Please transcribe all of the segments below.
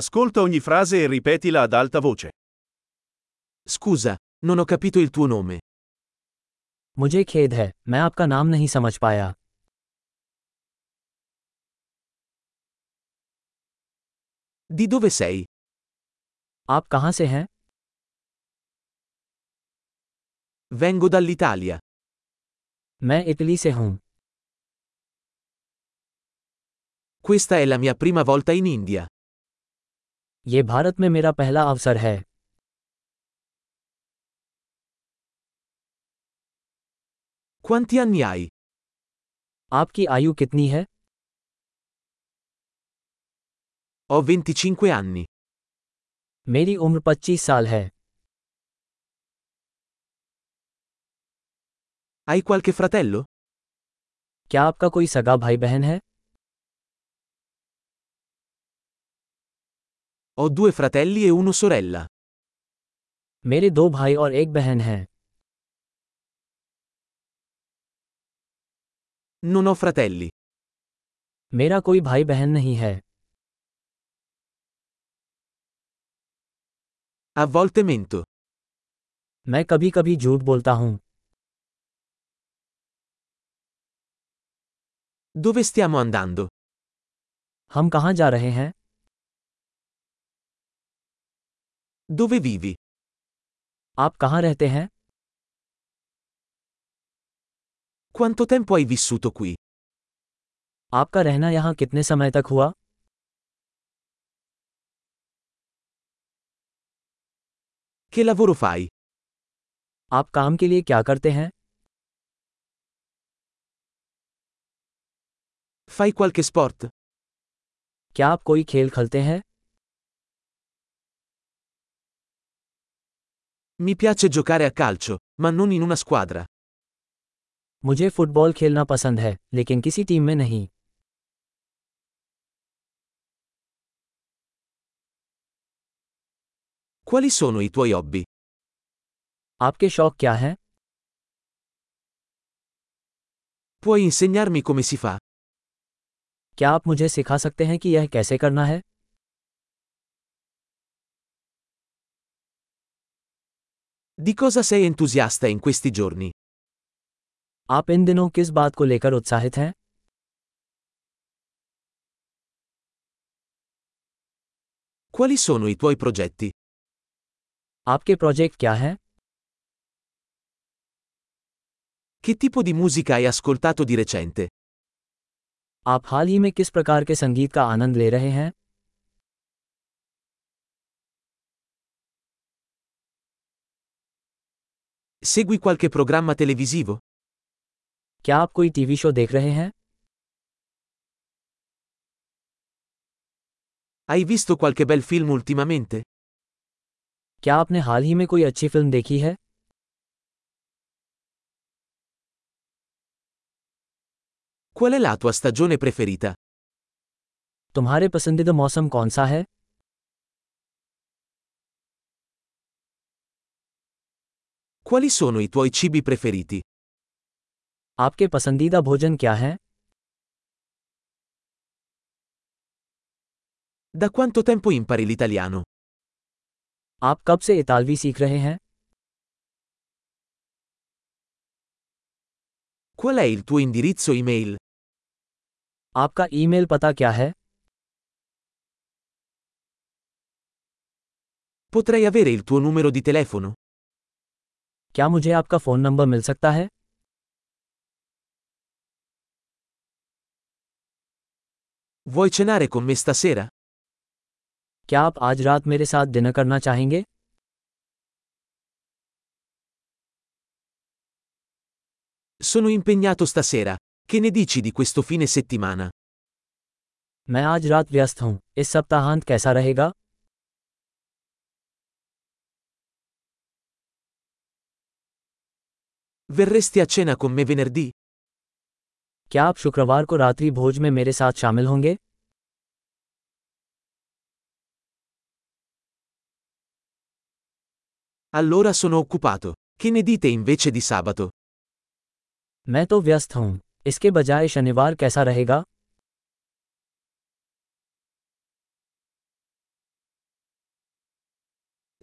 Ascolta ogni frase e ripetila ad alta voce. Scusa, non ho capito il tuo nome. मुझे खेद है मैं आपका नाम नहीं समझ पाया Di dove sei? आप कहाँ से हैं Vengo dall'Italia. मैं इटली से हूँ Questa è la mia prima volta in India. ये भारत में मेरा पहला अवसर है Quanti anni hai? आपकी आयु कितनी है Ho 25 anni. मेरी उम्र 25 साल है Hai qualche fratello? क्या आपका कोई सगा भाई बहन है Ho due fratelli e una sorella. मेरे दो भाई और एक बहन है Non ho fratelli. मेरा कोई भाई बहन नहीं है A volte mento. मैं कभी कभी झूठ बोलता हूँ Dove stiamo andando? हम कहाँ जा रहे हैं Dove vivi? आप कहाँ रहते हैं Quanto tempo hai vissuto qui? आपका रहना यहाँ कितने समय तक हुआ Che lavoro fai? आप काम के लिए क्या करते हैं Fai qualche sport? क्या आप कोई खेल खेलते हैं Mi piace giocare a calcio, ma non in una squadra. मुझे फुटबॉल खेलना पसंद है लेकिन किसी टीम में नहीं Quali sono i tuoi hobby? आपके शौक क्या हैं Puoi insegnarmi come si fa? क्या आप मुझे सिखा सकते हैं कि यह कैसे करना है Di cosa sei entusiasta in questi giorni? आप इन दिनों किस बात को लेकर उत्साहित हैं Quali sono i tuoi progetti? आपके प्रोजेक्ट क्या हैं Che tipo di musica hai ascoltato di recente? आप हाल ही में किस प्रकार के संगीत का आनंद ले रहे हैं Segui qualche programma televisivo? क्या आप कोई टीवी शो देख रहे हैं Hai visto qualche bel film ultimamente? क्या आपने हाल ही में कोई अच्छी फिल्म देखी है Qual è la tua stagione preferita? तुम्हारे पसंदीदा मौसम कौन सा है Quali sono i tuoi cibi preferiti? आपके पसंदीदा भोजन क्या है Da quanto tempo impari l'italiano? आप कब से इतालवी सीख रहे हैं Qual è il tuo indirizzo email? आपका ईमेल पता क्या है Potrei avere il tuo numero di telefono? क्या मुझे आपका फ़ोन नंबर मिल सकता है Vuoi cenare con me stasera? क्या आप आज रात मेरे साथ डिनर करना चाहेंगे Sono impegnato stasera. Che ne dici di questo fine settimana? मैं आज रात व्यस्त हूँ इस सप्ताहांत कैसा रहेगा Verresti a cena con me venerdì? क्या आप शुक्रवार को रात्रि भोज में मेरे साथ शामिल होंगे Allora sono occupato. Che ne dite invece di sabato? मैं तो व्यस्त हूँ इसके बजाय शनिवार कैसा रहेगा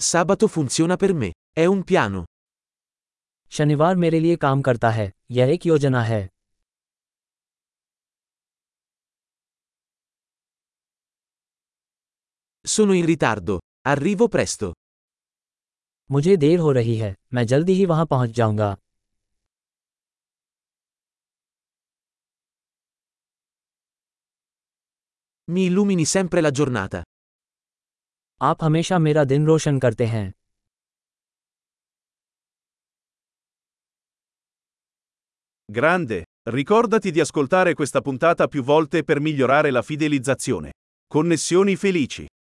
Sabato funziona per me. È un piano. शनिवार मेरे लिए काम करता है यह एक योजना है Sono in ritardo. Arrivo presto. मुझे देर हो रही है मैं जल्दी ही वहां पहुंच जाऊंगा Mi illumini sempre la giornata. आप हमेशा मेरा दिन रोशन करते हैं Grande! Ricordati di ascoltare questa puntata più volte per migliorare la fidelizzazione. Connessioni felici!